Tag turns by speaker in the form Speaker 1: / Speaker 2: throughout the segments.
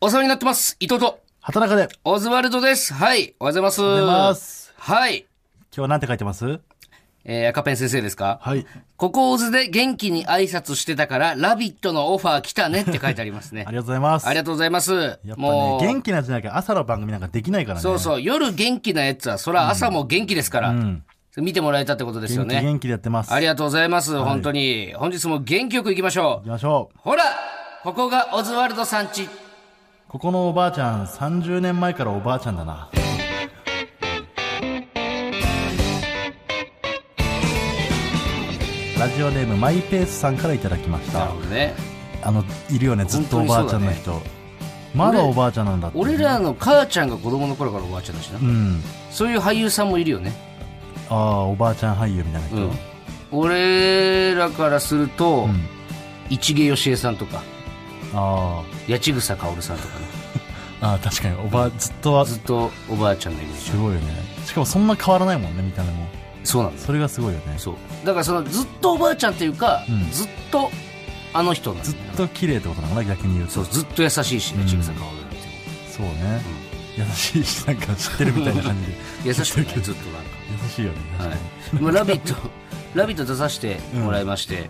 Speaker 1: お世話になってます。伊藤と、
Speaker 2: 畑中で。
Speaker 1: オズワルドです。はい、おはようございます。
Speaker 2: おはようございます
Speaker 1: はい。
Speaker 2: 今日はなんて書いてます
Speaker 1: えー、赤ペン先生ですか
Speaker 2: はい。
Speaker 1: ここオズで元気に挨拶してたから、ラビットのオファー来たねって書いてありますね。
Speaker 2: ありがとうございます。
Speaker 1: ありがとうございます。
Speaker 2: やっぱ
Speaker 1: も
Speaker 2: ね、
Speaker 1: う、
Speaker 2: 元気なじゃなきゃ朝の番組なんかできないからね。
Speaker 1: そうそう、夜元気なやつは、そら朝も元気ですから、見てもらえたってことですよ
Speaker 2: 元気
Speaker 1: ね。
Speaker 2: 元気でやってます。
Speaker 1: あり
Speaker 2: 行
Speaker 1: がとうございます、本当に。本日も元気よく行きましょ
Speaker 2: きましょ
Speaker 1: う
Speaker 2: う。。
Speaker 1: ほらここがオズワルドさんち。
Speaker 2: ここのおばあちゃん、30年前からおばあちゃんだな。ラジオネームマイペースさんからいただきまし
Speaker 1: な
Speaker 2: た
Speaker 1: る。ほどね。
Speaker 2: あの、いるよね、ずっとおばあちゃんの人。まだおばあちゃんなんだって。
Speaker 1: 俺らの母ちゃんが子供の頃からおばあちゃんだしな
Speaker 2: う。ん。
Speaker 1: そういう俳優さんもいるよね。
Speaker 2: ああ、おばあちゃん俳優みたいな人。
Speaker 1: 俺らからすると、
Speaker 2: ん
Speaker 1: 市毛よしえさんとか
Speaker 2: あ
Speaker 1: 八千草薫さんとかね
Speaker 2: あ。ああ、確かに、おばあ、ずっと
Speaker 1: ずっとおばあちゃんのイメージ
Speaker 2: すごいよねしかもそんな変わらないもんね見た目も
Speaker 1: そうなんです
Speaker 2: それがすごいよね
Speaker 1: そうだからそのずっとおばあちゃんっていうか、
Speaker 2: うん
Speaker 1: ずっとあの人なんだ
Speaker 2: ず
Speaker 1: よ
Speaker 2: っ
Speaker 1: ね
Speaker 2: と綺麗ってことなのかな逆に言うと
Speaker 1: そうずっと優しいしね千草薫なんて
Speaker 2: そうね、優しいしなんか知ってるみたいな感 じで
Speaker 1: 優しくね ずっとなんか
Speaker 2: 優しいよね確かに、
Speaker 1: はい、まあラビット!」 「ラビット!」出させてもらいまして、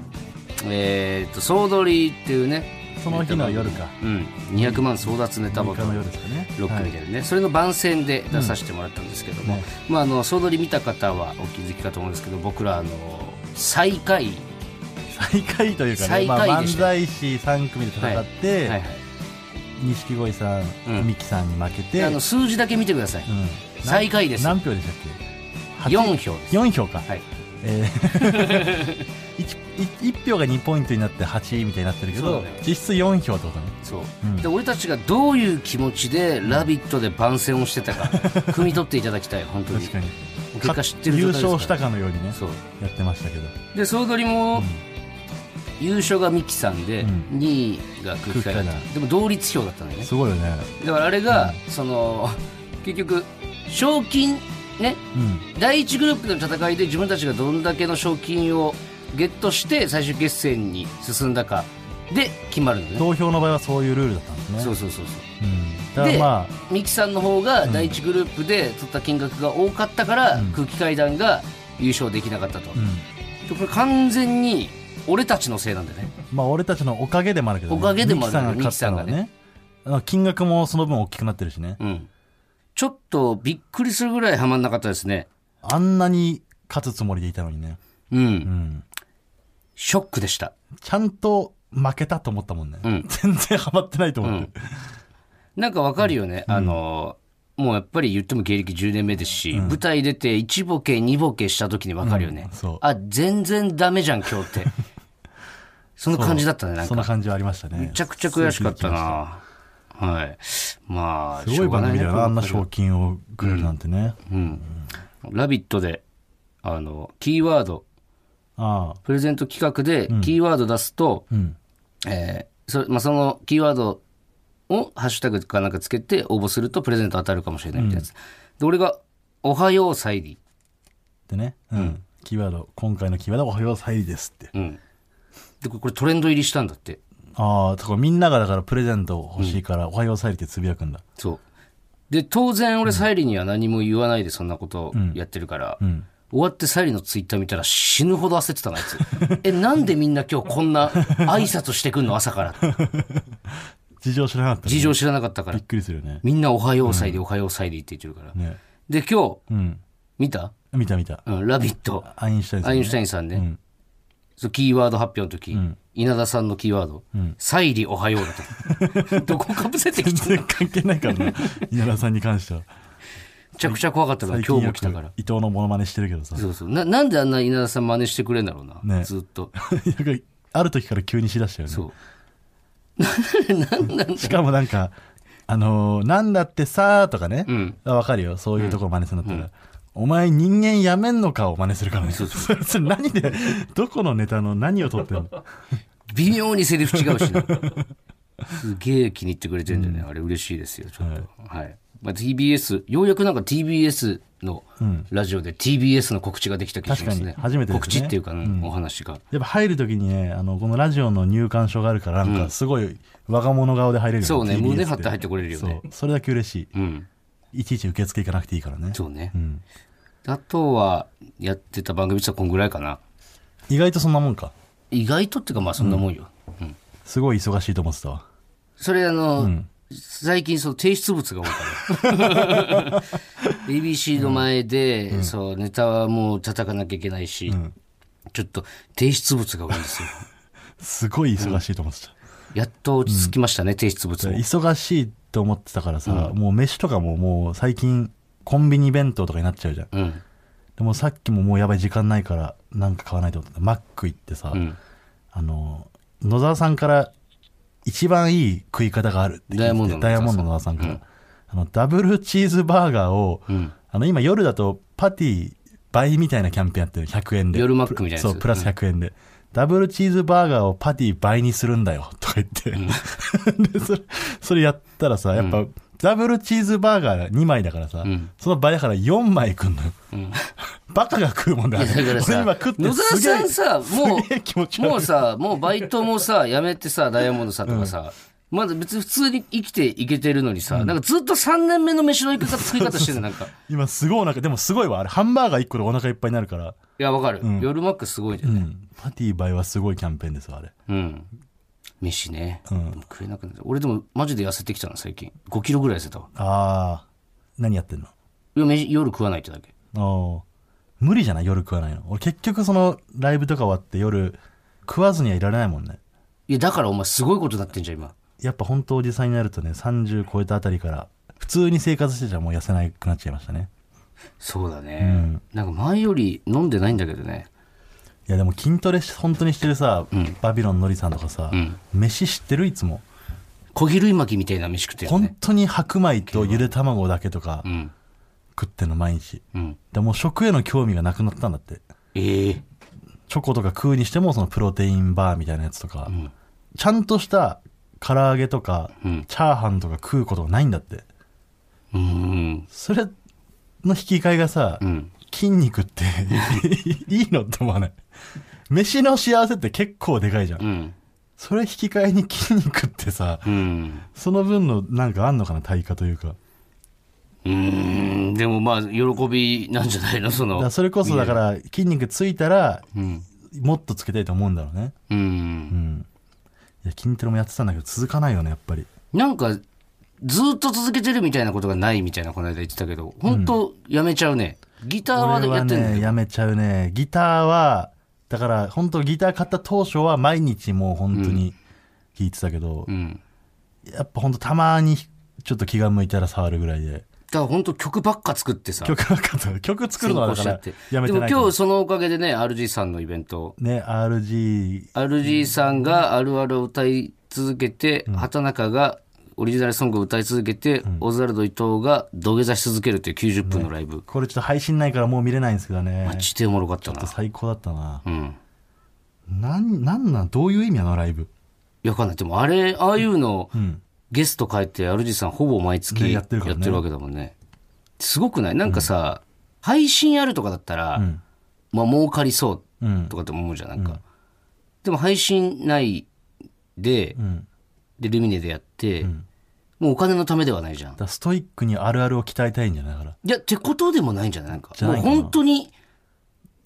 Speaker 1: えーっと総取りっていうね
Speaker 2: その日の夜か
Speaker 1: うん200万争奪ネタバ
Speaker 2: 6日
Speaker 1: トル
Speaker 2: の夜ですかね
Speaker 1: ロックみた
Speaker 2: はい
Speaker 1: なね、それの番宣で出させてもらったんですけども、
Speaker 2: うんね
Speaker 1: まあ、あの総取り見た方はお気づきかと思うんですけど僕らあの最下位、
Speaker 2: い最下位というかね、
Speaker 1: 最
Speaker 2: ま
Speaker 1: 下
Speaker 2: あ、
Speaker 1: 位でし
Speaker 2: 漫
Speaker 1: た
Speaker 2: 才師3組で戦っ
Speaker 1: はいはい
Speaker 2: て錦鯉さん
Speaker 1: うん
Speaker 2: ミキさんに負けて、
Speaker 1: であ
Speaker 2: うん
Speaker 1: の数字だけ見てください、最下位です
Speaker 2: 何票でしたっけ八
Speaker 1: 4票です、
Speaker 2: 四票か、
Speaker 1: はい、
Speaker 2: え ー、1, 票が2ポイントになって8みたいになってるけ
Speaker 1: そ
Speaker 2: ど、
Speaker 1: うだね
Speaker 2: 実質4票ってことね
Speaker 1: そう、
Speaker 2: うん
Speaker 1: で俺たちがどういう気持ちで「ラビット!」で番宣をしてた か汲み取っていただきたい本当に
Speaker 2: 確かに
Speaker 1: 結果知ってる
Speaker 2: 優
Speaker 1: 状態ですから
Speaker 2: 勝したかのようにね
Speaker 1: そう
Speaker 2: やってましたけど
Speaker 1: で総取りも、優勝がミキさんで、
Speaker 2: う
Speaker 1: 2位が空気階段
Speaker 2: 空気階段
Speaker 1: でも同率票だったんだよね
Speaker 2: すごいよね
Speaker 1: だからあれが、その結局賞金ね
Speaker 2: うん
Speaker 1: 第1グループの戦いで自分たちがどんだけの賞金をゲットして最終決戦に進んだかで決まるのね
Speaker 2: 投票の場合はそういうルールだったんですね
Speaker 1: そううそうそうそ
Speaker 2: ん、だ
Speaker 1: う
Speaker 2: か
Speaker 1: で、
Speaker 2: らま
Speaker 1: ミキさんの方が第1グループで取った金額が多かったから、
Speaker 2: うん
Speaker 1: 空気階段が優勝できなかったと、
Speaker 2: あ、うん、
Speaker 1: でこれ完全に俺たちのせいなんだよね
Speaker 2: まあ俺たちのおかげでもあるけど、ね、
Speaker 1: おかげでもあるけど
Speaker 2: ミキさんが勝ったのはねあの金額もその分大きくなってるしね
Speaker 1: うんちょっとびっくりするぐらいはまんなかったですね
Speaker 2: あんなに勝つつもりでいたのにね
Speaker 1: うん
Speaker 2: うん
Speaker 1: ショックでした
Speaker 2: ちゃんと負けたと思ったもんね、
Speaker 1: ん
Speaker 2: 全然ハマってないと思って、
Speaker 1: なんかわかるよね、あのもうやっぱり言っても芸歴10年目ですし、舞台出て1ボケ2ボケした時にわかるよね、
Speaker 2: うんそう
Speaker 1: あ全然ダメじゃん今日って その感じだったねなん
Speaker 2: そんな
Speaker 1: か
Speaker 2: 感じはありましたね
Speaker 1: めちゃくちゃ悔しかったなはいまあ
Speaker 2: すごい番組だよなあんな
Speaker 1: しょう
Speaker 2: 賞金をくれるなんてね、
Speaker 1: がないねこの「ラビット!」であのキーワード
Speaker 2: ああ
Speaker 1: プレゼント企画でキーワード出すと、
Speaker 2: うん
Speaker 1: えーそまあ、そのキーワードをハッシュタグかなんかつけて応募するとプレゼント当たるかもしれないみたいなやつ、で俺が「おはようサイリ
Speaker 2: でね、うんキーワード今回のキーワードは「おはようさいです」って
Speaker 1: ー」うん、でこれこれトレンド入りしたんだって
Speaker 2: ああだからみんながだからプレゼント欲しいから「おはようさいり」ってつぶやくんだ
Speaker 1: そうで当然俺サイリーには何も言わないでそんなことやってるから、
Speaker 2: うん
Speaker 1: 終わってサイリーのツイッター見たら死ぬほど焦ってたのあいつえなんでみんな今日こんな挨拶してくんの朝から
Speaker 2: 事情知らなかった、ね、
Speaker 1: 事情知らなかったから
Speaker 2: びっくりするよね
Speaker 1: みんな「おはようサイリー、おはようサイリー」って言ってるから、
Speaker 2: ね
Speaker 1: で今日
Speaker 2: うん
Speaker 1: 見た、
Speaker 2: 見た見た
Speaker 1: うん「ラビット!」
Speaker 2: アインシュタインさ
Speaker 1: ア
Speaker 2: ん
Speaker 1: イ
Speaker 2: ね、
Speaker 1: ンシュタインさんね、
Speaker 2: ん
Speaker 1: そうキーワード発表の時、稲田さんのキーワード、サイリおはようだと。どこかぶせてきて、
Speaker 2: 全然関係ないか らね稲田さんに関しては
Speaker 1: めちゃくちゃ怖かったから、今日も来たから
Speaker 2: よ。く伊藤のモノマネしてるけどさ よ
Speaker 1: そうそうな。なんであんな稲田さん真似してくれんだろうな、
Speaker 2: ね
Speaker 1: ずっと。
Speaker 2: くある時から急にしだしたよね
Speaker 1: そう。
Speaker 2: しかもなんか、あのーなんだってさーとかね、
Speaker 1: ん
Speaker 2: あわかるよ、そういうところ真似するんだったら、お前人間やめんのかを真似するからね。
Speaker 1: そう
Speaker 2: それ何で、どこのネタの何を取ってんの
Speaker 1: 微妙にセリフ違うしな。すげえ気に入ってくれてるんだよね。あれ嬉しいですよ、ちょっと。はい。まあ、TBS、ようやくなんか TBS のラジオで TBS の告知ができた気がしますね。
Speaker 2: 確かに初めてですね
Speaker 1: 告知っていうか、うんお話が。
Speaker 2: やっぱ入るときにね、あの、このラジオの入館証があるから、なんかすごい若者顔で入れるよ、
Speaker 1: そうね
Speaker 2: TBS
Speaker 1: 胸張って入ってこれるよね
Speaker 2: そう。それだけ嬉しい。
Speaker 1: うん。
Speaker 2: いちいち受付行かなくていいからね。
Speaker 1: そうね。
Speaker 2: ん
Speaker 1: あとは、やってた番組としてはこんぐらいかな。
Speaker 2: 意外とそんなもんか。
Speaker 1: 意外とっていうか、まあそんなもんよ。うん
Speaker 2: すごい忙しいと思ってたわ。
Speaker 1: それあの、最近その提出物が多いから BBC の前で、そうネタはもう叩かなきゃいけないし、ちょっと提出物が多いん ですよ
Speaker 2: すごい忙しいと思ってた。
Speaker 1: やっと落ち着きましたね、提出物も
Speaker 2: 忙しいと思ってたからさ、もう飯とかももう最近コンビニ弁当とかになっちゃうじゃん。
Speaker 1: うん
Speaker 2: でもさっきももうやばい時間ないからなんか買わないと思ってマック行ってさ、
Speaker 1: うん
Speaker 2: あの、野沢さんから一番いい食い方があるって聞いて
Speaker 1: ダイヤモンドの
Speaker 2: ダイヤモンドの野沢さんから、あの、ダブルチーズバーガーを、
Speaker 1: うん
Speaker 2: あの、今夜だとパティ倍みたいなキャンペーンやってる100円で。
Speaker 1: 夜マックみたいなやつ
Speaker 2: そう、プラス100円で。ダブルチーズバーガーをパティ倍にするんだよ、とか言って。 で、それ、それやったらさ、やっぱ、ダブルチーズバーガー2枚だからさ、
Speaker 1: ん
Speaker 2: その倍だから4枚食んのよ。 バカが食うもんだ
Speaker 1: いやだから
Speaker 2: 俺
Speaker 1: さ
Speaker 2: 今食って
Speaker 1: 野
Speaker 2: すげえ
Speaker 1: 沢さんさも
Speaker 2: すげえ気持ち
Speaker 1: う
Speaker 2: 悪い
Speaker 1: もうさもうバイトもさやめてさダイヤモンドさんとかさ、まだ別に普通に生きていけてるのにさ、なんかずっと3年目の飯の行き方作り方してるなんか
Speaker 2: 今すごいお腹でもすごいわあれハンバーガー1個でお腹いっぱいになるか
Speaker 1: い
Speaker 2: ら、
Speaker 1: やわかる、夜マックすごいじゃ
Speaker 2: うん
Speaker 1: ね、
Speaker 2: ん、パティ倍はすごいキャンペーンですわあれ
Speaker 1: うん。飯ね。
Speaker 2: うん
Speaker 1: でも食えなくなる。俺でもマジで痩せてきたの最近。5キロぐらい痩せたわ。
Speaker 2: あー何やってんの
Speaker 1: いや飯夜食わないってだけ。
Speaker 2: あー無理じゃない夜食わないの俺結局そのライブとか終わって夜食わずにはいられないもんね
Speaker 1: いやだからお前すごいことになってんじゃん今。
Speaker 2: やっぱ本当おじさんになるとね30超えたあたりから普通に生活してちゃもう痩せなくなっちゃいましたね
Speaker 1: そうだね。なんか前より飲んでないんだけどね。
Speaker 2: いやでも筋トレし本当にしてるさ、バビロンのりさんとかさ、
Speaker 1: ん
Speaker 2: 飯知ってるいつも
Speaker 1: 小比類巻きみたいな飯食ってるよ
Speaker 2: 本
Speaker 1: ね。
Speaker 2: 当に白米とゆで卵だけとか
Speaker 1: うん。
Speaker 2: 食ってんの毎日、
Speaker 1: うん。
Speaker 2: でもう食への興味がなくなったんだって
Speaker 1: ええ
Speaker 2: チョコとか食うにしてもそのプロテインバーみたいなやつとか、
Speaker 1: ん
Speaker 2: ちゃんとした唐揚げとか、
Speaker 1: うん
Speaker 2: チャーハンとか食うことがないんだって
Speaker 1: うん。
Speaker 2: それの引き換えがさ、
Speaker 1: うん。
Speaker 2: 筋肉って いいのって思わない飯の幸せって結構でかいじゃん、
Speaker 1: うん。
Speaker 2: それ引き換えに筋肉ってさ
Speaker 1: うん。
Speaker 2: その分のなんかあんのかな対価というか
Speaker 1: うん。でもまあ、喜びなんじゃないのそ
Speaker 2: だから
Speaker 1: の。
Speaker 2: それこそだから筋肉ついたら
Speaker 1: うん。
Speaker 2: もっとつけたいと思うんだろうね
Speaker 1: う。
Speaker 2: うんんいや筋トレもやってたんだけど続かないよねやっぱり
Speaker 1: なんか、ずーっと続けてるみたいなことがないみたいな、この間言ってたけど、本当やめちゃうね。ギターは
Speaker 2: 俺
Speaker 1: や
Speaker 2: は
Speaker 1: ってんだけ
Speaker 2: ね
Speaker 1: ど。
Speaker 2: やめちゃうねギターはだから本当ギター買った当初は毎日もう本当に弾いてたけど、
Speaker 1: うん。
Speaker 2: やっぱ本当たまにちょっと気が向いたら触るぐらいで
Speaker 1: だから本当曲ばっか作ってさ、
Speaker 2: 曲なかった曲作るのはだからやめ
Speaker 1: で
Speaker 2: て
Speaker 1: も
Speaker 2: ないけ
Speaker 1: 今
Speaker 2: ど
Speaker 1: 日そのおかげでね、RG さんのイベント、
Speaker 2: ね RG
Speaker 1: RG さんがあるあるを歌い続けて、畑中がオリジナルソングを歌い続けて、オズワルド伊藤が土下座し続けるっていう90分のライブ。
Speaker 2: これちょっと配信ないからもう見れないんですけどね
Speaker 1: マジでおもろかったな。
Speaker 2: 最高だったな
Speaker 1: うん。
Speaker 2: なんなんなんどういう意味なのライブ
Speaker 1: いやわかんない。でもあれ、ああいうの、
Speaker 2: うん
Speaker 1: ゲスト帰って RG さんほぼ毎月
Speaker 2: ね
Speaker 1: や
Speaker 2: や
Speaker 1: っ
Speaker 2: ってて
Speaker 1: る
Speaker 2: るからね
Speaker 1: わけだもんね。すごくないなんかさ、配信あるとかだったら、
Speaker 2: うん
Speaker 1: まあ儲かりそう
Speaker 2: うん
Speaker 1: とかって思うじゃんなんか、でも配信ないで
Speaker 2: うん
Speaker 1: でルミネでやって、
Speaker 2: ん
Speaker 1: もうお金のためではないじゃん
Speaker 2: だからストイックにあるあるを鍛えたいんじゃないだから
Speaker 1: いやってことでもないんじゃないなんか
Speaker 2: じゃないかな
Speaker 1: もう本当に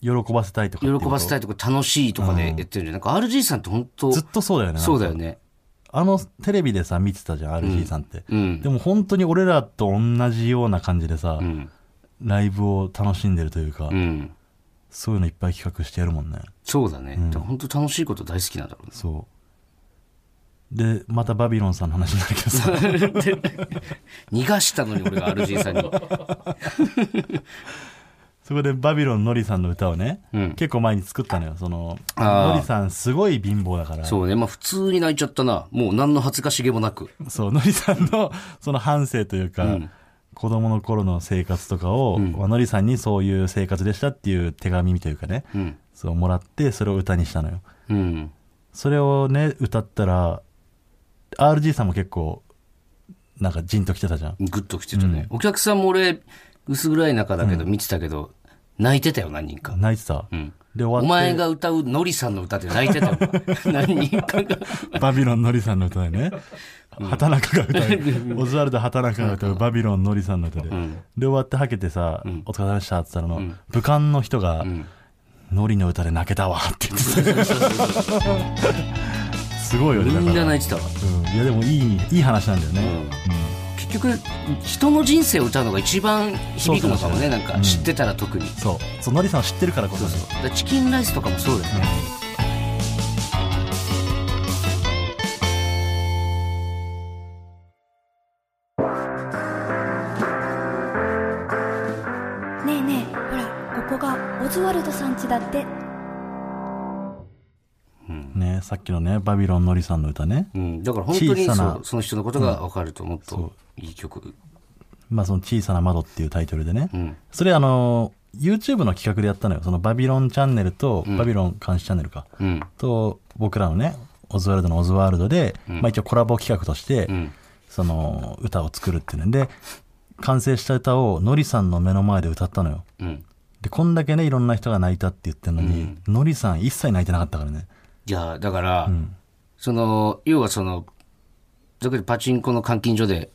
Speaker 2: 喜ばせたいとか
Speaker 1: 喜ばせた
Speaker 2: い
Speaker 1: いとか楽しいとかでやってるんじゃん、なんか RG さんって本当
Speaker 2: ずっとそうだよね
Speaker 1: そうだよね
Speaker 2: あのテレビでさ見てたじゃん RG さんって、
Speaker 1: うん
Speaker 2: でも本当に俺らと同じような感じでさ、
Speaker 1: うん
Speaker 2: ライブを楽しんでるというか、
Speaker 1: うん
Speaker 2: そういうのいっぱい企画してやるもんね
Speaker 1: そうだね、だから本当楽しいこと大好きなんだろうね
Speaker 2: そうでまたバビロンさんの話になるけどさ
Speaker 1: 逃がしたのに俺が RG さんに
Speaker 2: そこでバビロンのりさんの歌をね、
Speaker 1: うん
Speaker 2: 結構前に作ったのよその
Speaker 1: あー
Speaker 2: のりさんすごい貧乏だから
Speaker 1: そうねまあ普通に泣いちゃったなもう何の恥ずかしげもなく
Speaker 2: そうのりさんのその反省というか、子供の頃の生活とかを、まあのりさんにそういう生活でしたっていう手紙というかね、
Speaker 1: うん
Speaker 2: そうもらってそれを歌にしたのよ
Speaker 1: うん
Speaker 2: それをね歌ったら RG さんも結構なんかジンと来てたじゃん。
Speaker 1: グッと来てたね。お客さんも俺、薄暗い中だけど見てたけど、泣いてたよ、何人か。
Speaker 2: 泣いてた。
Speaker 1: ん
Speaker 2: で、
Speaker 1: お
Speaker 2: 終わっ
Speaker 1: 前が歌うノリさんの歌で泣いてたよ。何人かが。
Speaker 2: て、バビロンのりさんの歌でね、畑中が歌 う、オズワルド畑中が歌う、バビロンのりさんの歌で。で、終わってはけてさ、お疲れ様でしたって言ったのの、武漢の人が、のりの歌で泣けたわって言ってた。すごいよね、だ
Speaker 1: みん
Speaker 2: か
Speaker 1: な
Speaker 2: ら。
Speaker 1: 泣いてたわ。
Speaker 2: うん、いや、でもいい、いい話なんだよね。
Speaker 1: 結局、人の人生を歌うのが一番響くのかもね、なんか知ってたら特に。
Speaker 2: そう。そう、のりさんを知ってるからこそ。
Speaker 1: だからチキンライスとかもそうだよね。
Speaker 3: ねえねえほらここがオズワルドさん家だって
Speaker 2: ね、さっきのね、バビロンのりさんの歌ね。
Speaker 1: うん、だから本当に
Speaker 2: 小さな
Speaker 1: そうその人のことが分かるともっといい曲、
Speaker 2: まあその小さな窓っていうタイトルでね。
Speaker 1: うん
Speaker 2: それあの、YouTube の企画でやったのよ。そのバビロンチャンネルと、バビロン監視チャンネルか。
Speaker 1: うん
Speaker 2: と、僕らのね、オズワルドのオズワルドで、まあ一応コラボ企画として、
Speaker 1: ん
Speaker 2: その歌を作るっていうので、完成した歌をのりさんの目の前で歌ったのよ。
Speaker 1: うん、
Speaker 2: で、こんだけね、いろんな人が泣いたって言ってるのに、のりさん一切泣いてなかったからね。
Speaker 1: いやだから、その要はそのだけどパチンコの監禁所で、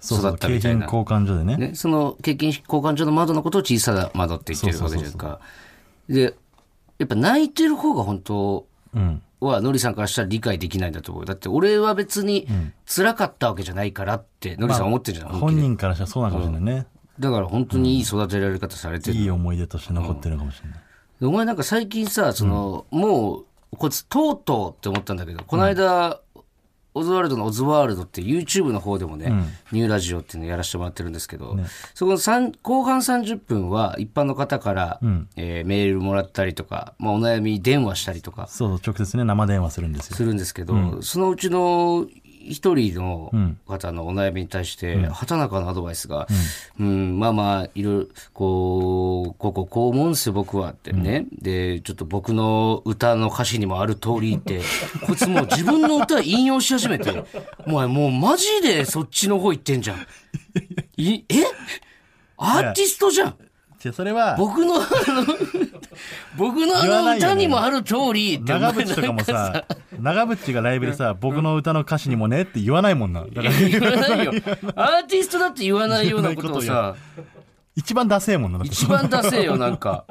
Speaker 2: そうそ
Speaker 1: 育
Speaker 2: う、
Speaker 1: った
Speaker 2: 景
Speaker 1: みたい
Speaker 2: 品
Speaker 1: な
Speaker 2: 交換所でね。
Speaker 1: ね、その経験交換所の窓のことを小さな窓って言ってるわけじゃないですかでやっぱ泣いてる方が本当
Speaker 2: うん。
Speaker 1: はのりさんからしたら理解できないんだと思うだって俺は別に辛かったわけじゃないからってのりさん思ってるじゃん、本
Speaker 2: 本人からしたらそうなのかもしれないね。
Speaker 1: 気でだから本当にいい育てられ方されてる
Speaker 2: いい思い出として残ってるのかもしれない。
Speaker 1: でお前なんか最近さ、その、もう、こいつ、とうとうって思ったんだけど、この間、オズワルドのオズワールドって YouTube の方でもね、ニューラジオっていうのやらせてもらってるんですけど、そこの三後半30分は一般の方から、えーメールもらったりとか、まあ、お悩み電話したりとか
Speaker 2: そうそう、直接ね、生電話するんですよ。
Speaker 1: するんですけど、そのうちの一人の方のお悩みに対して、畑中のアドバイスが、うんまあまあ、いろいろ、こう、こうこう、こう思うんすよ、僕はってね、で、ちょっと僕の歌の歌詞にもある通りって、 こいつもう自分の歌引用し始めて、お前もうマジでそっちの方行ってんじゃん。いえアーティストじゃん
Speaker 2: じゃあそれは、
Speaker 1: 僕の、あ の、僕のあ
Speaker 2: 言わ
Speaker 1: の
Speaker 2: ないよね
Speaker 1: 歌にもある通りって、お前
Speaker 2: 長渕とか もさ、長渕がライブでさ、僕の歌の歌詞にもねって言わないもんな。だから、
Speaker 1: 言わないよ。アーティストだって言わないようなことを
Speaker 2: 言わ
Speaker 1: さ、
Speaker 2: 一番ダセえもんな。だって
Speaker 1: 一番ダセえよ、なんか。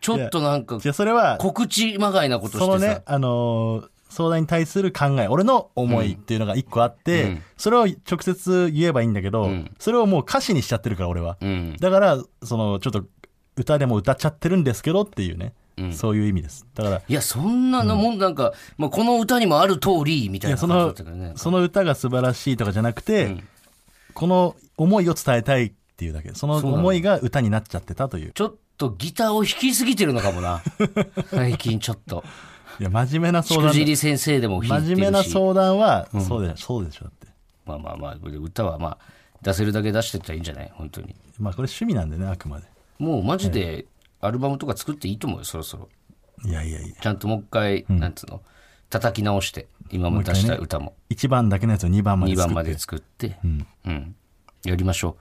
Speaker 1: ちょっとなんか
Speaker 2: じ、ゃあそれは、
Speaker 1: 告知まがいなこと
Speaker 2: そ
Speaker 1: し
Speaker 2: の
Speaker 1: て
Speaker 2: ね
Speaker 1: さ、。
Speaker 2: あのー相談に対する考え、俺の思いっていうのが一個あって、それを直接言えばいいんだけど、それをもう歌詞にしちゃってるから、俺は。
Speaker 1: うん。
Speaker 2: だから、その、ちょっと、歌でも歌っちゃってるんですけどっていうね、そういう意味です。だから、
Speaker 1: いや、そんなのもん、なんか、まあ、この歌にもある通り、みたい
Speaker 2: いや
Speaker 1: な
Speaker 2: そ
Speaker 1: 感じだっ
Speaker 2: の
Speaker 1: たけどね。
Speaker 2: その歌が素晴らしいとかじゃなくて、この思いを伝えたいっていうだけその
Speaker 1: うなの
Speaker 2: 思いが歌になっちゃってたという
Speaker 1: ちょっとギターを弾きすぎてるのかも な。最近ちょっと。
Speaker 2: いや真面目な
Speaker 1: し
Speaker 2: 相
Speaker 1: く
Speaker 2: 談
Speaker 1: じり先生でも弾いて
Speaker 2: 真
Speaker 1: るし。
Speaker 2: 面目な相談は、そうでそうでしょだって
Speaker 1: まあまあまあ、歌はまあ、出せるだけ出してったらいいんじゃない本当に。
Speaker 2: まあこれ趣味なんでねあくまで
Speaker 1: もうマジで、アルバムとか作っていいと思うよ、そろそろ。
Speaker 2: いやいやいや
Speaker 1: ちゃんともう一回、なんつうの、叩き直して、今まで出した歌も、
Speaker 2: 1番だけのやつを2番まで
Speaker 1: 2
Speaker 2: 作って
Speaker 1: 番まで作って、うん、やりましょ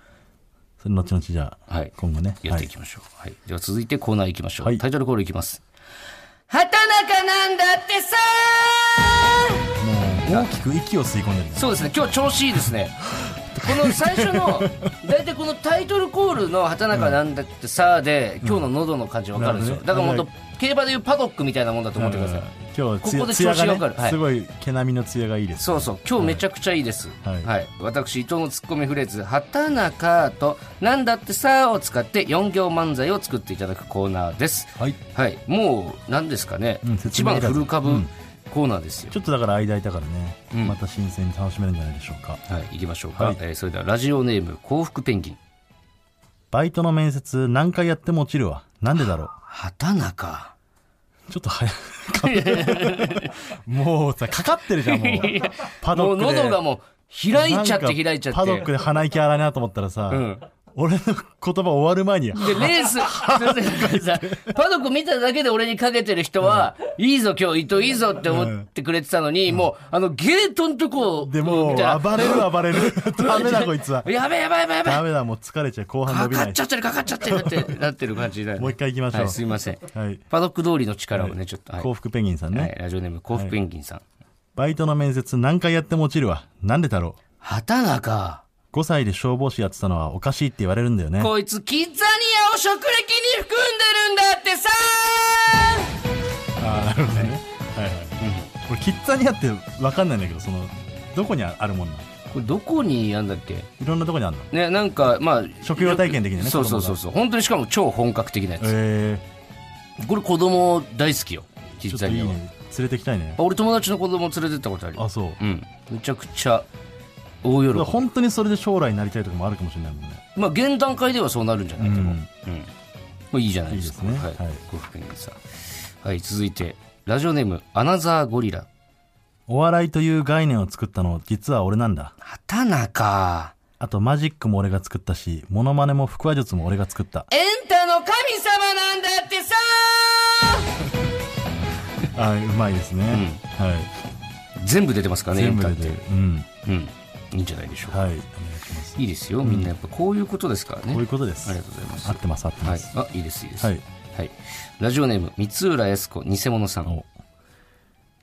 Speaker 2: それ後々じゃあ、
Speaker 1: はい
Speaker 2: 今後ね
Speaker 1: う。やっ
Speaker 2: は
Speaker 1: てい
Speaker 2: い、
Speaker 1: きましょう。はい。では続いてコーナーいきましょう。
Speaker 2: はい
Speaker 1: タイトルコールいきます。畑中なんだってさ
Speaker 2: もう大きく息を吸い込んでるね
Speaker 1: そうですね、今日調子いいです ね。この最初の、大体このタイトルコールの畑中なんだってさで、今日の喉の感じわかるんですよ。
Speaker 2: うん
Speaker 1: だからもっと、競馬でいうパドックみたいなもんだと思ってください。
Speaker 2: 今日
Speaker 1: ここで
Speaker 2: つや
Speaker 1: 調子が
Speaker 2: が
Speaker 1: わかる
Speaker 2: ね、
Speaker 1: はい
Speaker 2: すごい毛並みの艶がいいです
Speaker 1: そうそう今日めちゃくちゃいいです、は
Speaker 2: はいい
Speaker 1: 私伊藤のツッコミフレーズ「畑中」と「なんだってさ」を使って4行漫才を作っていただくコーナーです
Speaker 2: はい
Speaker 1: はいもう何ですかね、
Speaker 2: うん
Speaker 1: 一
Speaker 2: 説明
Speaker 1: 番
Speaker 2: いらず
Speaker 1: 古株コーナーですよ、
Speaker 2: ちょっとだから間空いたからね、
Speaker 1: ん
Speaker 2: また新鮮に楽しめるんじゃないでしょうか
Speaker 1: はい行きましょうか、
Speaker 2: はい
Speaker 1: えーそれではラジオネーム幸福ペンギン
Speaker 2: バイトの面接何回やっても落ちるわ。なんでだろう。
Speaker 1: 畑中
Speaker 2: ちょっ と早い。もうさ、かかってるじゃん、もう。パ
Speaker 1: も
Speaker 2: ド
Speaker 1: う
Speaker 2: ックで。
Speaker 1: 喉がもう開いちゃっ
Speaker 2: なんか
Speaker 1: て開いちゃって
Speaker 2: パドックで鼻息荒いなと思ったらさ、
Speaker 1: ん
Speaker 2: 俺の言葉終わる前に
Speaker 1: で、レー ス、さパドック見ただけで俺にかけてる人は、いいぞ今日、伊藤いいぞって思ってくれてたのに、もう、あの、ゲートのとこを、
Speaker 2: でもう
Speaker 1: みたいな
Speaker 2: 暴れる 暴れるダメだこいつは
Speaker 1: やべえやべえやべえやべえ
Speaker 2: ダメだもう疲れちゃう後半
Speaker 1: か
Speaker 2: 伸び
Speaker 1: か
Speaker 2: な
Speaker 1: っ
Speaker 2: い
Speaker 1: ちゃってる、かかっちゃってるって なってる感じだよね
Speaker 2: もう一回行きましょう
Speaker 1: はい、すいません。
Speaker 2: はい
Speaker 1: パドック通りの力をね、ちょっと。はい
Speaker 2: 幸福ペンギンさんね、
Speaker 1: はい、ラジオネーム、甲府ペンギンさん。
Speaker 2: バイトの面接何回やっても落ちるわなんでだろ
Speaker 1: 畑中。
Speaker 2: う5歳で消防士やってたのはおかしいって言われるんだよね
Speaker 1: こいつ、キッザニアを食歴に含んでるんだってさ
Speaker 2: ああなるほどねはいはい、これキッザニアって分かんないんだけどそのどこにあるもんなんい
Speaker 1: これ、どこにやんだっけ
Speaker 2: ろんなとこにあるの
Speaker 1: ね、なんか、まあ、
Speaker 2: 職業体験できるね
Speaker 1: そうそうそうそう。本当にしかも超本格的なやつ。
Speaker 2: え
Speaker 1: これ子供大好きよ、キッ
Speaker 2: ー、ちょっと
Speaker 1: ザ
Speaker 2: い
Speaker 1: ニ
Speaker 2: い
Speaker 1: アは。
Speaker 2: ね連れてきたいね
Speaker 1: あ俺友達の子供連れてったことあるよ
Speaker 2: あそう、
Speaker 1: うん。めちゃくちゃ、大
Speaker 2: だか
Speaker 1: 喜
Speaker 2: ら
Speaker 1: び。
Speaker 2: 本当にそれで将来になりたいとかもあるかもしれないもんね
Speaker 1: まあ、現段階ではそうなるんじゃないでも。うん。まあ、いいじゃないですか。
Speaker 2: いいです
Speaker 1: は
Speaker 2: ね
Speaker 1: い
Speaker 2: はい。
Speaker 1: ご福音さん。はい、続いて、ラジオネーム、アナザーゴリラ。
Speaker 2: お笑いという概念を作ったの実は俺なんだ
Speaker 1: 畑中。
Speaker 2: あとマジックも俺が作ったしモノマネも腹話術も俺が作った
Speaker 1: エンタの神様なんだってさ
Speaker 2: あうまいですね、はい
Speaker 1: 全部出てますからね、エ
Speaker 2: 全
Speaker 1: ン
Speaker 2: 部
Speaker 1: タ
Speaker 2: 出
Speaker 1: ってて
Speaker 2: る。うん
Speaker 1: うん。いいんじゃないでしょうか。
Speaker 2: はいお願いします
Speaker 1: いいですよ。みんなやっぱこういうことですからね。
Speaker 2: こういうことです
Speaker 1: ありがとうございます
Speaker 2: 合ってます合って
Speaker 1: は
Speaker 2: ま
Speaker 1: い
Speaker 2: す、。
Speaker 1: あ、いいです、いいです。は
Speaker 2: はいい。
Speaker 1: ラジオネーム、三浦康子、偽物さん。
Speaker 2: お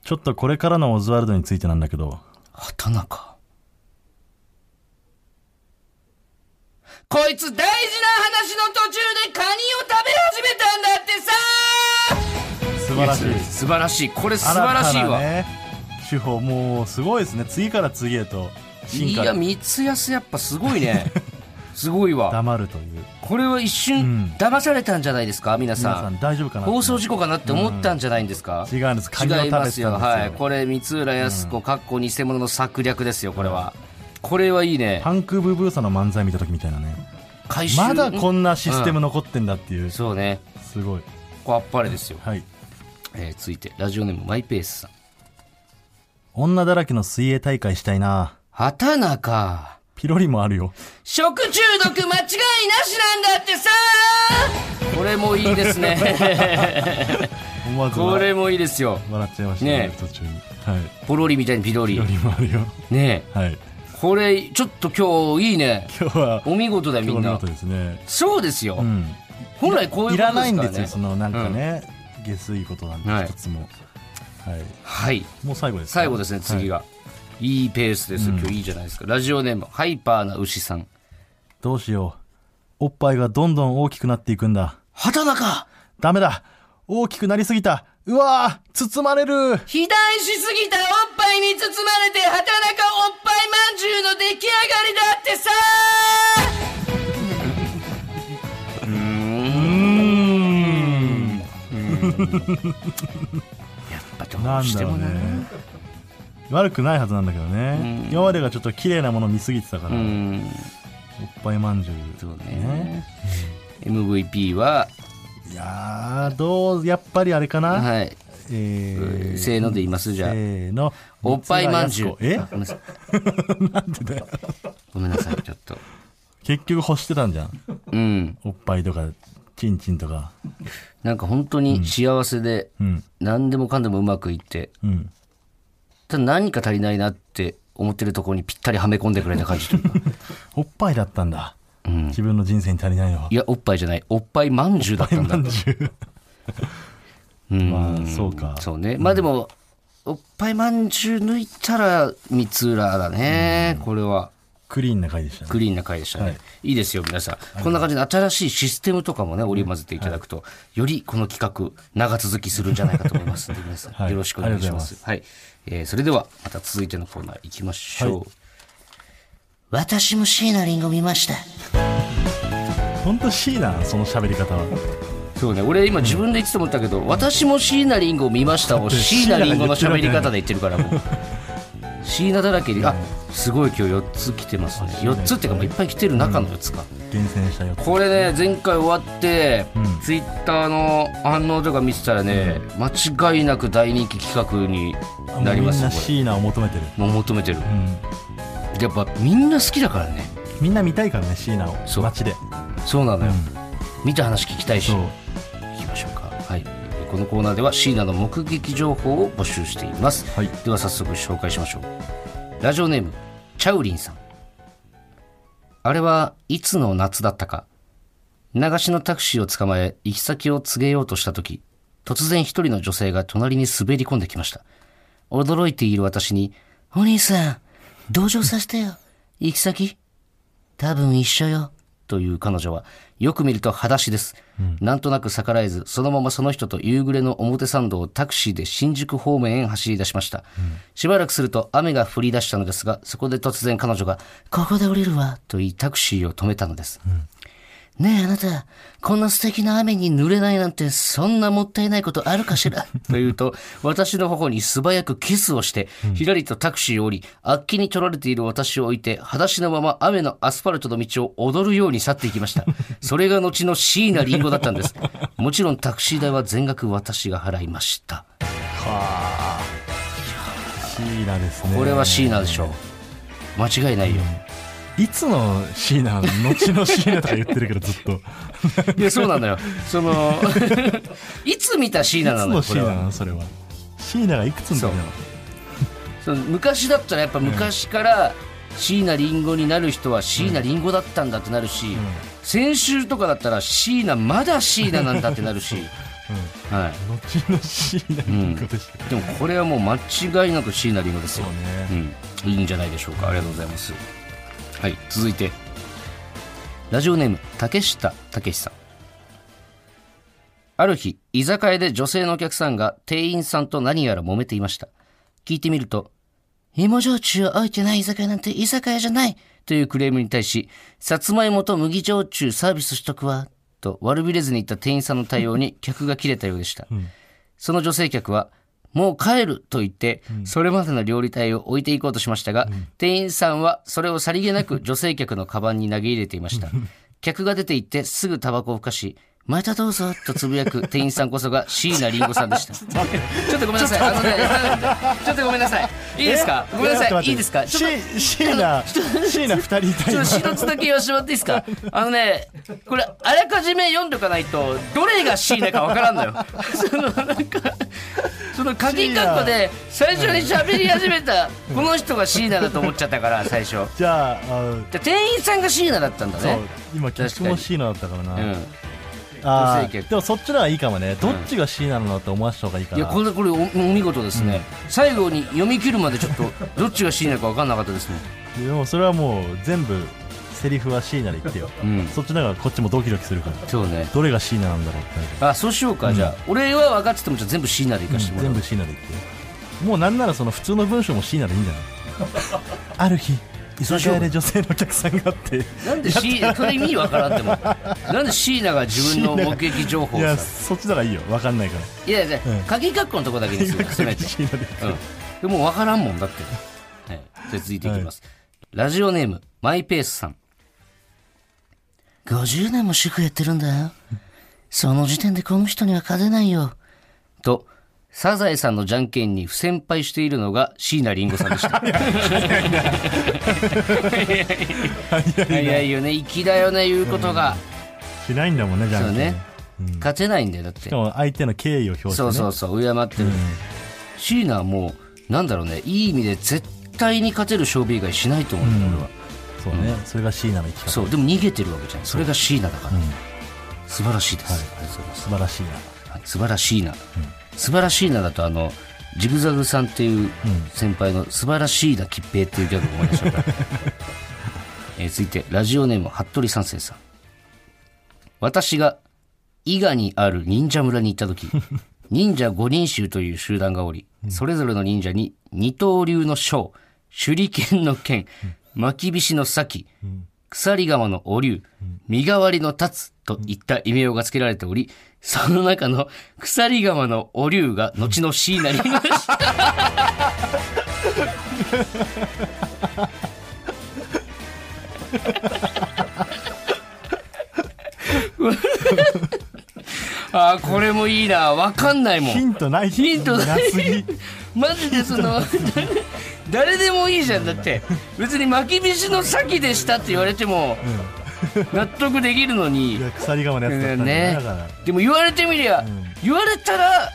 Speaker 2: ちょっとこれからのオズワルドについてなんだけど
Speaker 1: 畑中。こいつ大事な話の途中でカニを食べ始めたんだってさ
Speaker 2: 素
Speaker 1: 素晴らしい。これ素晴らしい
Speaker 2: 新たな
Speaker 1: わ。
Speaker 2: ね、手法もうすごいですね次から次へと
Speaker 1: い
Speaker 2: 進化
Speaker 1: や、三つ安やっぱすごい ね。すごいわ。
Speaker 2: 黙るという
Speaker 1: これは一
Speaker 2: うん
Speaker 1: 瞬、騙されたんじゃないですか皆
Speaker 2: 皆さ
Speaker 1: さん。
Speaker 2: ん大丈夫かな
Speaker 1: 放送事故かなって思ったんじゃないんですか
Speaker 2: 違うんですカニを食べ
Speaker 1: 違
Speaker 2: て
Speaker 1: い
Speaker 2: たん
Speaker 1: ま
Speaker 2: です
Speaker 1: す
Speaker 2: よ
Speaker 1: よ。はい。これ、三浦康子、かっこ偽物の策略ですよ、これは。これはいいね。
Speaker 2: パンクブーブーさんの漫才見た時みたいなね
Speaker 1: 回収。
Speaker 2: まだこ
Speaker 1: ん
Speaker 2: んなシステム残ってんだっていう、す
Speaker 1: そうね。
Speaker 2: ごい
Speaker 1: こうあっぱれですよ。
Speaker 2: はい
Speaker 1: えー続いて、ラジオネーム、マイペースさん。
Speaker 2: 女だらけの水泳大会したいな
Speaker 1: 畑中。
Speaker 2: ピロリもあるよ
Speaker 1: 食中毒間違いなしなんだってさこれもいいです ね。
Speaker 2: 思わず
Speaker 1: これ
Speaker 2: 笑
Speaker 1: もいいですよ。
Speaker 2: 笑っちゃいました
Speaker 1: ね
Speaker 2: ね途中にはい
Speaker 1: ポロリみたいにピロ
Speaker 2: ピ
Speaker 1: リ
Speaker 2: ロ。リもあるよ
Speaker 1: ねえ。
Speaker 2: はい
Speaker 1: これ、ちょっと今日いいね。
Speaker 2: 今日は
Speaker 1: お見事だよ、み
Speaker 2: 今
Speaker 1: ん
Speaker 2: 日の
Speaker 1: な
Speaker 2: こ。ですね
Speaker 1: そうですよ
Speaker 2: う。ん
Speaker 1: 本来こういうことです
Speaker 2: い
Speaker 1: から
Speaker 2: ら
Speaker 1: ね。
Speaker 2: ないんですよそのなんかね、下水ことなん
Speaker 1: はい
Speaker 2: で一つもはい、
Speaker 1: はい。
Speaker 2: もう最後ですか
Speaker 1: 最後ですね、次が。い、いペースですよ。今日いいじゃないですか。ラジオネーム、ハイパーな牛さん。
Speaker 2: どうしようおっぱいがどんどん大きくなっていくんだ
Speaker 1: 畑中
Speaker 2: ダメだ大きくなりすぎたうわー包まれる
Speaker 1: 肥大しすぎたおっぱいに包まれて畑中おっぱいまんじゅうの出来上がりだってさうーんうーんやっぱど
Speaker 2: な
Speaker 1: うんし
Speaker 2: だ
Speaker 1: て
Speaker 2: ろ
Speaker 1: も
Speaker 2: う
Speaker 1: な
Speaker 2: ね悪くないはずなんだけどね今までがちょっと綺麗なもの見すぎてたから、
Speaker 1: うー
Speaker 2: おっ
Speaker 1: ん
Speaker 2: ぱいまんじゅう
Speaker 1: そうね MVP は、
Speaker 2: いやーどうやっぱりあれかな、
Speaker 1: はい、
Speaker 2: えー、
Speaker 1: せーので言いますじゃあ
Speaker 2: せーの
Speaker 1: おっぱいまんじゅう
Speaker 2: 三
Speaker 1: あ
Speaker 2: 浦
Speaker 1: ご
Speaker 2: 康子
Speaker 1: めんなさい
Speaker 2: え なんでだよ
Speaker 1: ごめんなさいちょっと
Speaker 2: 結局欲してたんじゃん
Speaker 1: うん
Speaker 2: おっぱいとかチンチンとか
Speaker 1: なんか本当に幸せで、
Speaker 2: うん
Speaker 1: 何でもかんでもうまくいって
Speaker 2: うん
Speaker 1: ただ何か足りないなって思ってるところにぴったりはめ込んでくれた感じ というか
Speaker 2: おっぱいだったんだ、
Speaker 1: ん
Speaker 2: 自分の人生に足りないのはい
Speaker 1: やおっぱいじゃないおっぱいまんじゅうだったんだ
Speaker 2: まんじゅう
Speaker 1: うん
Speaker 2: まあそうか
Speaker 1: そうねまあでも、おっぱいまんじゅう抜いたら三浦だね、これは
Speaker 2: クリーンな回でしたね
Speaker 1: クリーンな回でしたね、
Speaker 2: はいい、
Speaker 1: いですよ皆さんこんな感じで新しいシステムとかもね織り交ぜていただくと、よりこの企画長続きするんじゃないかと思いますので皆さん、
Speaker 2: はい
Speaker 1: よろしくお願いし
Speaker 2: ありがとうござ
Speaker 1: ま
Speaker 2: いますす
Speaker 1: はい、えーそれではまた続いてのコーナー行きましょう、
Speaker 2: はい
Speaker 1: 私も椎名林檎見ました
Speaker 2: ほんと C なその喋り方は
Speaker 1: そうね俺今自分で言ってて思ったけど、私も椎名林檎を見ましたを
Speaker 2: て
Speaker 1: 椎名林檎の喋り方で言ってるからもう椎名だらけであすごい今日4つ来てますね4つっていうかもういっぱい来てる中の4つか、
Speaker 2: 厳選したよ
Speaker 1: これね前回終わって、ツイッターの反応とか見てたらね、間違いなく大人気企画になります
Speaker 2: みん
Speaker 1: よこ
Speaker 2: な C なを求めてる、
Speaker 1: れもう求めてる
Speaker 2: うん、
Speaker 1: やっぱみんな好きだからね
Speaker 2: みんな見たいからね C なを
Speaker 1: そう
Speaker 2: 街で
Speaker 1: そうなのよ、見た話聞きたいし
Speaker 2: そう
Speaker 1: 行きましょうかはいこのコーナーでは椎名の目撃情報を募集しています、
Speaker 2: はい
Speaker 1: では早速紹介しましょうラジオネームチャウリンさんあれはいつの夏だったか流しのタクシーを捕まえ行き先を告げようとした時突然一人の女性が隣に滑り込んできました驚いている私に「お兄さん同情させてよ行き先多分一緒よ」という彼女はよく見ると裸足です、なんとなく逆らえずそのままその人と夕暮れの表参道をタクシーで新宿方面へ走り出しました、しばらくすると雨が降り出したのですがそこで突然彼女が「ここで降りるわ」と言いタクシーを止めたのです、ねえあなた、こんな素敵な雨に濡れないなんてそんなもったいないことあるかしらと言うと、私の頬に素早くキスをして、ひらりとタクシーを降り、あっきに取られている私を置いて、裸足のまま雨のアスファルトの道を踊るように去っていきました。それが後の椎名林檎だったんです。もちろんタクシー代は全額私が払いました。
Speaker 2: 椎名ですね
Speaker 1: これは椎名でしょう。間違いないよ。
Speaker 2: いつの椎名後の椎名とか言ってるけどず っとい
Speaker 1: いや、そうなのよ。その、いつ見た椎名な
Speaker 2: つ
Speaker 1: のよ
Speaker 2: の
Speaker 1: こ
Speaker 2: 椎
Speaker 1: れ
Speaker 2: 名
Speaker 1: は
Speaker 2: なのそれは椎名がいくつの時なの
Speaker 1: その昔だったらやっぱ昔から椎名林檎になる人は椎名林檎だったんだってなるし、先週とかだったら椎名まだ椎名なんだってなるし、はい、
Speaker 2: 後の椎名林檎でした、
Speaker 1: でもこれはもう間違いなく椎名林檎です
Speaker 2: そ
Speaker 1: よ
Speaker 2: う、ね、
Speaker 1: うん、いいんじゃないでしょうかありがとうございますはい続いてラジオネーム竹下武さんある日居酒屋で女性のお客さんが店員さんと何やら揉めていました聞いてみると芋焼酎を置いてない居酒屋なんて居酒屋じゃないというクレームに対し、さつまいもと麦焼酎サービスしとくわ、と悪びれずに言った店員さんの対応に客が切れたようでした。その女性客は、もう帰ると言って、それまでの料理体を置いていこうとしましたが、店員さんはそれをさりげなく女性客のカバンに投げ入れていました。客が出て行ってすぐタバコをふかし、またどうぞとつぶや く店員さんこそが椎名林檎さんでした。ちょっとごめんなさい。あのね、ちょっとごめんなさい。いいですか
Speaker 2: え
Speaker 1: ごめんな
Speaker 2: 待って
Speaker 1: さい。
Speaker 2: 待って
Speaker 1: いいですかちょっと
Speaker 2: し椎名椎名二人いた
Speaker 1: ちょ
Speaker 2: 今
Speaker 1: っと一つだけ言わせてもらっていいですかあのね、これ、あらかじめ読んどかないと、どれが C だかわからんのよ。 その、なんか、その鍵括弧で、最初に喋り始めた、この人が C だだと思っちゃったから、最初。じゃ
Speaker 2: じゃああ
Speaker 1: あ店員さんが C だだったんだ
Speaker 2: そう
Speaker 1: ね。
Speaker 2: 今客も椎名だったからな、
Speaker 1: うん。
Speaker 2: あー
Speaker 1: 女性客
Speaker 2: でもそっちの方がいいかもねどっちが椎名なのって思わせた方がいいか
Speaker 1: いや
Speaker 2: ら、
Speaker 1: これこれおお見事ですね、最後に読み切るまでちょっとどっちが C なのか分かんなかったですね
Speaker 2: でもそれはもう全部セリフは椎名で言ってよ、
Speaker 1: うん
Speaker 2: そっちの方がこっちもドキドキするから
Speaker 1: そうね
Speaker 2: どれが椎名なんだろうってなるか
Speaker 1: あそうしようか、じゃあ俺は分かっててもじゃあ全部 C なでい
Speaker 2: ら
Speaker 1: かしてもらお
Speaker 2: 全
Speaker 1: う、
Speaker 2: 部椎名で言ってよもうなんならその普通の文章も椎名でい いんじゃないある日居酒屋で女性のお客さんがあって
Speaker 1: なんで C これ意味わからんでもなんで椎名が自分の目撃情報
Speaker 2: い
Speaker 1: をさ
Speaker 2: やそっちならいいよ分かんないから
Speaker 1: いやいや
Speaker 2: うん
Speaker 1: 鍵括弧のとこだけにするせめて、
Speaker 2: 椎名で言って
Speaker 1: うん、でもうわからんもんだって、 はい、じゃあ続いていきます、ラジオネームマイペースさん50年も祝やってるんだよその時点でこの人には勝てないよとサザエさんのじゃんけんに不先輩しているのが椎名林檎さんで した早いよね粋だよね言うことが、
Speaker 2: しないんだもんねじゃ
Speaker 1: そ
Speaker 2: んけ
Speaker 1: うんね、勝てないんだよだって
Speaker 2: しかも相手の敬意を表して、ね、
Speaker 1: そうそうそう敬ってる、椎名はもうなんだろうねいい意味で絶対に勝てる勝負以外しないと思うんだよ、俺は
Speaker 2: そうね、それが椎名の生き方素
Speaker 1: そうでも逃げてるわけじゃんそれが椎名だから、素晴らしいです、ありがとうございます
Speaker 2: 晴らしいな
Speaker 1: はい素晴らしいな、素晴らしいなだとあのジグザグさんっていう先輩の素晴らしいな吉平っていうギャグを思い出した から、えー続いてラジオネーム服部三世さん私が伊賀にある忍者村に行った 時忍者五人衆という集団がおりそれぞれの忍者に二刀流の章手裏剣の剣巻き菱の先鎖釜のお竜身代わりの立つといった異名が付けられておりその中の鎖釜のお竜が後の椎名になりました あーこれもいいなわかんない もん
Speaker 2: ヒントない
Speaker 1: ヒントな
Speaker 2: ない すぎ
Speaker 1: マジでその誰でもいいじゃんだって別に巻き菱の先でしたって言われても、納得できるのに
Speaker 2: いや鎖鎌のやつだったんじゃない
Speaker 1: ね
Speaker 2: だから、
Speaker 1: でも言われてみりゃ、
Speaker 2: ん
Speaker 1: 言われたら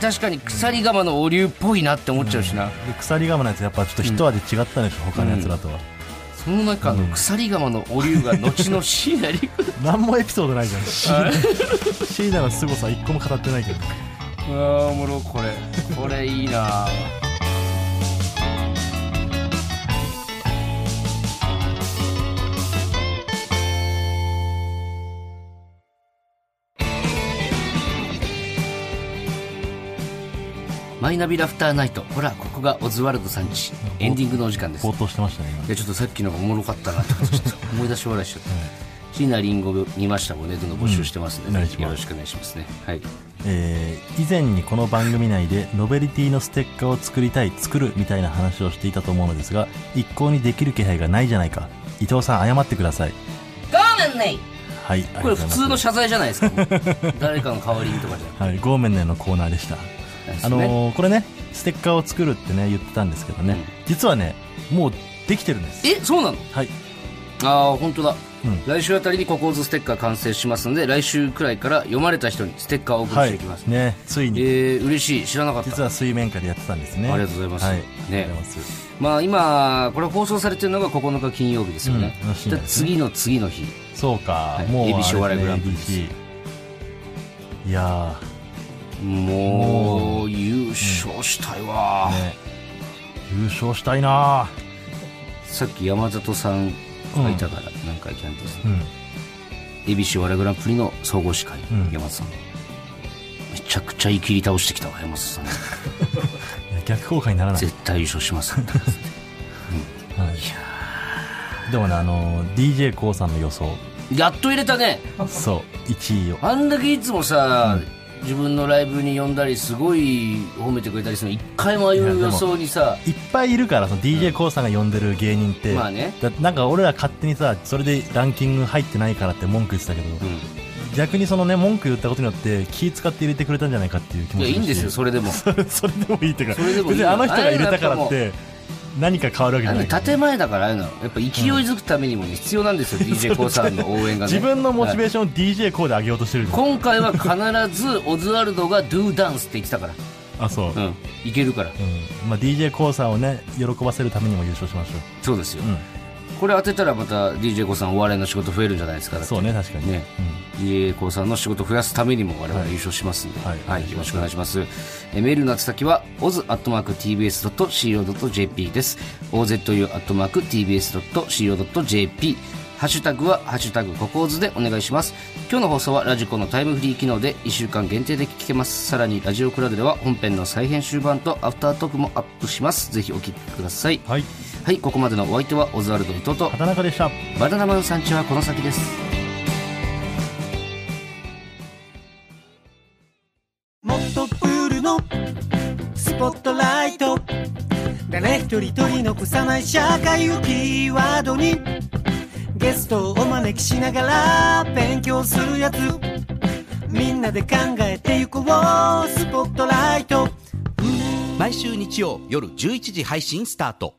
Speaker 1: 確かに鎖釜のお竜っぽいなって思っちゃうしな、
Speaker 2: で鎖鎌のやつやっぱちょっと一味違ったでしょ、他のやつらとは、
Speaker 1: その中の鎖釜のお竜が後の椎名林檎
Speaker 2: 何もエピソードないじゃんシーナの凄さ一個も語って ないけど
Speaker 1: うわーおもろこれこれいいなマイナビラフターナイトほらここがオズワルドさんちエンディングのお時間です
Speaker 2: 冒頭してましたね今
Speaker 1: いやちょっとさっきのがおもろかったなとちょっと思い出し笑い しちゃった。椎名林檎見ましたもんね、どんどん募集してます
Speaker 2: うん
Speaker 1: ん
Speaker 2: お
Speaker 1: で、
Speaker 2: 願いします
Speaker 1: よろしくお願いしますね。はい。
Speaker 2: えー以前にこの番組内でノベリティのステッカーを作りたい作るみたいな話をしていたと思うのですが一向にできる気配がないじゃないか伊藤さん謝ってください
Speaker 1: ごめんね
Speaker 2: はいありがと
Speaker 1: こ
Speaker 2: うご
Speaker 1: れ普
Speaker 2: ざいます
Speaker 1: 通の謝罪じゃないですか。 もう誰かの代わりにとかじゃ
Speaker 2: はい、ごめんねのコーナーでした、
Speaker 1: ないです
Speaker 2: あ
Speaker 1: ね。
Speaker 2: のーこれねステッカーを作るってね言ってたんですけどね、
Speaker 1: うん
Speaker 2: 実はねもうできてるんです
Speaker 1: え、そうなの
Speaker 2: はい
Speaker 1: ああ、本当だ。
Speaker 2: うん
Speaker 1: 来週あたりにココーズステッカー完成しますので、来週くらいから読まれた人にステッカーを送っ
Speaker 2: は
Speaker 1: て
Speaker 2: い
Speaker 1: いきます。
Speaker 2: ねつい
Speaker 1: え
Speaker 2: に
Speaker 1: ー、嬉しい。知らなかった。
Speaker 2: 実は水面下でやってたんですね
Speaker 1: ありがとうございます
Speaker 2: はい
Speaker 1: ね
Speaker 2: ありがとうございます
Speaker 1: まあ今、これ放送されてるのが9日金曜日ですよね
Speaker 2: うんらし。い
Speaker 1: で
Speaker 2: ですね
Speaker 1: 次の次の日。
Speaker 2: そうか、
Speaker 1: はい
Speaker 2: もう
Speaker 1: ABC お笑いグランプリです
Speaker 2: ABC いや
Speaker 1: もう、優勝したいわ
Speaker 2: ー、ね優勝したいな
Speaker 1: さっき山里さんがいたから何回キャンプです
Speaker 2: ーうん
Speaker 1: 恵比寿笑いグランプリの総合司会、
Speaker 2: ん
Speaker 1: 山里さんめちゃくちゃいきり倒してきたわ山里さん
Speaker 2: いや逆効果にならない、
Speaker 1: 絶対優勝します、
Speaker 2: はいでもねあのー d j k o さんの予想
Speaker 1: やっと入れたね
Speaker 2: そう1位を
Speaker 1: あんだけいつもさ、自分のライブに呼んだりすごい褒めてくれたりするの一回もああいう予想にさ
Speaker 2: いっぱいいるからその d j k o さんが呼んでる芸人って、
Speaker 1: まあね
Speaker 2: だなんか俺ら勝手にさそれでランキング入ってないからって文句言ってたけど、
Speaker 1: うん
Speaker 2: 逆にそのね文句言ったことによって気使って入れてくれたんじゃないかっていう気
Speaker 1: い
Speaker 2: も
Speaker 1: や
Speaker 2: す
Speaker 1: い
Speaker 2: る
Speaker 1: いん
Speaker 2: し
Speaker 1: ですよそれでも
Speaker 2: それでもいいっていうか
Speaker 1: それでもいい
Speaker 2: 別にあの人が入れたからって何か変わるわけじゃない
Speaker 1: あの建前だからああいうのはやっぱ勢いづくためにも必要なんですよ、d j k o さんの応援がね
Speaker 2: 自分のモチ
Speaker 1: ー
Speaker 2: ベーションを d j コーで上げようとしてるじゃん
Speaker 1: 今回は必ずオズワルドが「Do Dance」って言ってたから
Speaker 2: あそう、う
Speaker 1: う
Speaker 2: ん
Speaker 1: んいけるから
Speaker 2: まあ、d j コーさんをね喜ばせるためにも優勝しましょ
Speaker 1: そうですよ、
Speaker 2: う、うん、
Speaker 1: これ当てたらまた d j k o さんお笑いの仕事増えるんじゃないですかだって
Speaker 2: そうね確かに
Speaker 1: ね
Speaker 2: うん、
Speaker 1: d j k o さんの仕事増やすためにも我々優勝しますんで、
Speaker 2: は
Speaker 1: はいい
Speaker 2: はい
Speaker 1: よろしくお願いしますえメールの宛先は oz.tbs.co.jp です ozu.tbs.co.jp ハッシュタグは「ハッシュタグココーズ」でお願いします今日の放送はラジコのタイムフリー機能で1週間限定で聞けますさらにラジオクラウドでは本編の再編集版とアフタートークもアップしますぜひお聞きください
Speaker 2: はい
Speaker 1: はい、ここまでのお相手はオズワルド伊藤と
Speaker 2: 畑中でした
Speaker 1: バナナマンさんちはこの先です。
Speaker 4: もっとプールのスポットライト誰一人取り残さない社会をキーワードにゲストをお招きしながら勉強するやつみんなで考えてゆこうスポットライト
Speaker 5: 毎週日曜夜11時配信スタート